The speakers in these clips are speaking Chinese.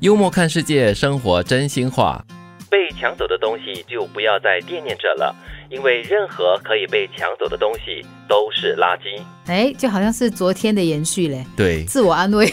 幽默看世界，生活真心话。被抢走的东西就不要再惦念着了，因为任何可以被抢走的东西都是垃圾。哎，就好像是昨天的延续嘞， 对，自我安慰。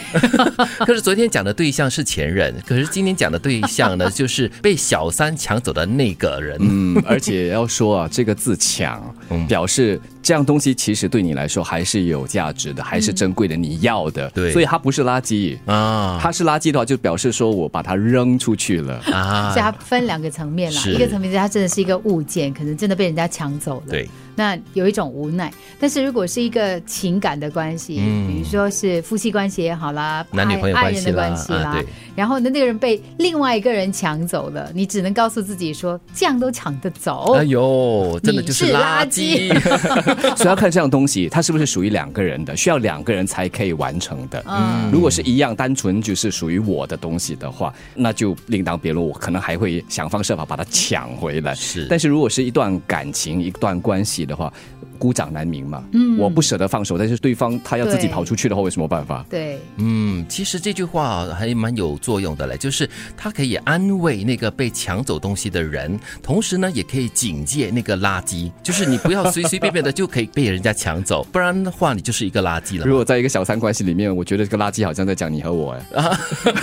可是昨天讲的对象是前任，可是今天讲的对象呢，就是被小三抢走的那个人。嗯，而且要说啊，这个字“抢嗯”表示这样东西其实对你来说还是有价值的，还是珍贵的，你要的。对所以它不是垃圾，啊它是垃圾的话，就表示说我把它扔出去了。啊所以，它分两个层面啦，是一个层面是它真的是一个物件，可能真的被人家抢走了。对，那有一种无奈。但是如果是一个情感的关系，嗯比如说是夫妻关系也好啦，男女朋友爱关爱系人的啦关系啊啦对，然后呢，那个人被另外一个人抢走了，你只能告诉自己说，这样都抢得哦走哎。呦，真的就是垃你圾。嗯所以要看这样东西，它是不是属于两个人的，需要两个人才可以完成的。嗯，如果是一样，单纯就是属于我的东西的话，那就另当别论。我可能还会想方设法把它抢回来。 是但是如果是一段感情、一段关系的话，孤掌难鸣嘛。嗯，我不舍得放手，但是对方他要自己对跑出去的话，我有什么办法？对，嗯，其实这句话还蛮有作用的嘞，就是它可以安慰那个被抢走东西的人，同时呢，也可以警戒那个垃圾，就是你不要随随便便的就可以被人家抢走，不然的话你就是一个垃圾了 如嘛。果在一个小三关系里面，我觉得这个垃圾好像在讲你和我哎，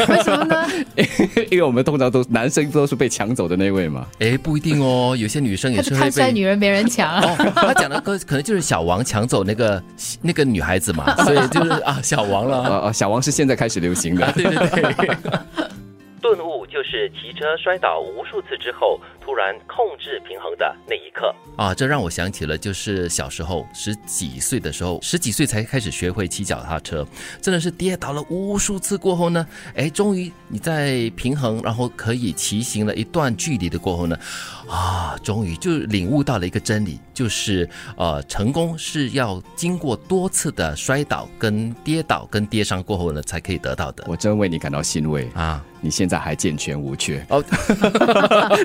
为什么呢？ 因为我们通常都男生都是被抢走的那位嘛。哎，不一定哦，有些女生他也就是看会衰被女人没人抢啊。哦，他讲的可可能就是小王抢走那个那个女孩子嘛，所以就是啊小王了。呃呃，小王是现在开始流行的啊，。对对对， 顿悟就是骑车摔倒无数次之后，突然控制平衡的那一刻。啊，这让我想起了，就是小时候十几岁的时候，十几岁才开始学会骑脚踏车，真的是跌倒了无数次过后呢，哎，终于你在平衡，然后可以骑行了一段距离的过后呢，啊，终于就领悟到了一个真理，就是呃，成功是要经过多次的摔倒、跟跌倒、跟跌伤过后呢，才可以得到的我真为你感到欣慰，啊。你现在还健全无缺。 哦，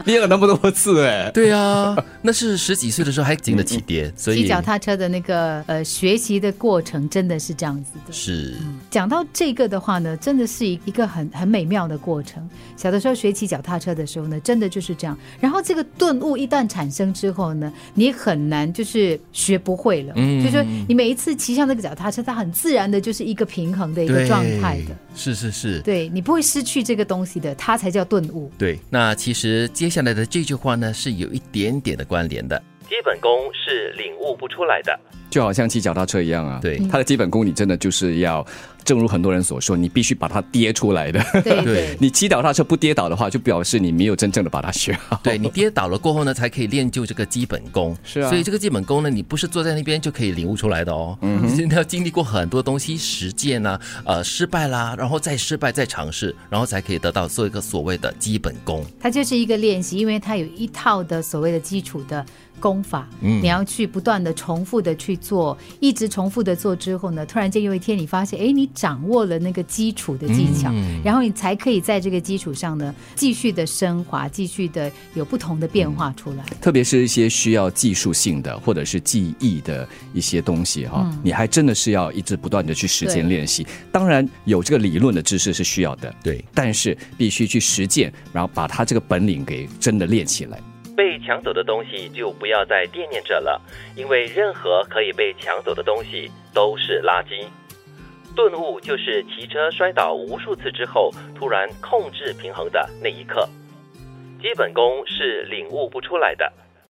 跌了那么多次哎。对啊，那是十几岁的时候还经得起跌， 所以 骑脚踏车的那个呃学习的过程真的是这样子的。是讲到这个的话呢，真的是一个很很美妙的过程。小的时候学骑脚踏车的时候呢，真的就是这样。然后这个顿悟一旦产生之后呢，你很难就是学不会了。嗯就是说你每一次骑上那个脚踏车，它很自然的就是一个平衡的一个对状态的。，是是是。对你不会失去这个东西的，它才叫顿悟。对，那其实接下来的这句话呢，是有一点点的关联的。基本功是领悟不出来的。就好像骑脚踏车一样啊，对它的基本功你真的就是要，正如很多人所说，你必须把它跌出来的。 对对你骑脚踏车不跌倒的话，就表示你没有真正的把它学好。 对你跌倒了过后呢，才可以练就这个基本功。是啊所以这个基本功呢，你不是坐在那边就可以领悟出来的哦。嗯，你真的要经历过很多东西，实践呐、呃，失败啦，然后再失败，再尝试，然后才可以得到做一个所谓的基本功。它就是一个练习，因为它有一套的所谓的基础的功法，你要去不断的重复的去做，一直重复的做之后呢，突然间有一天你发现，哎，你掌握了那个基础的技巧，然后你才可以在这个基础上呢，继续的升华，继续的有不同的变化出来。特别是一些需要技术性的或者是记忆的一些东西哈、你还真的是要一直不断的去实践对练习。当然有这个理论的知识是需要的，对，但是必须去实践，然后把它这个本领给真的练起来。被抢走的东西就不要再惦念着了，因为任何可以被抢走的东西都是垃圾。顿悟就是骑车摔倒无数次之后，突然控制平衡的那一刻。基本功是领悟不出来的，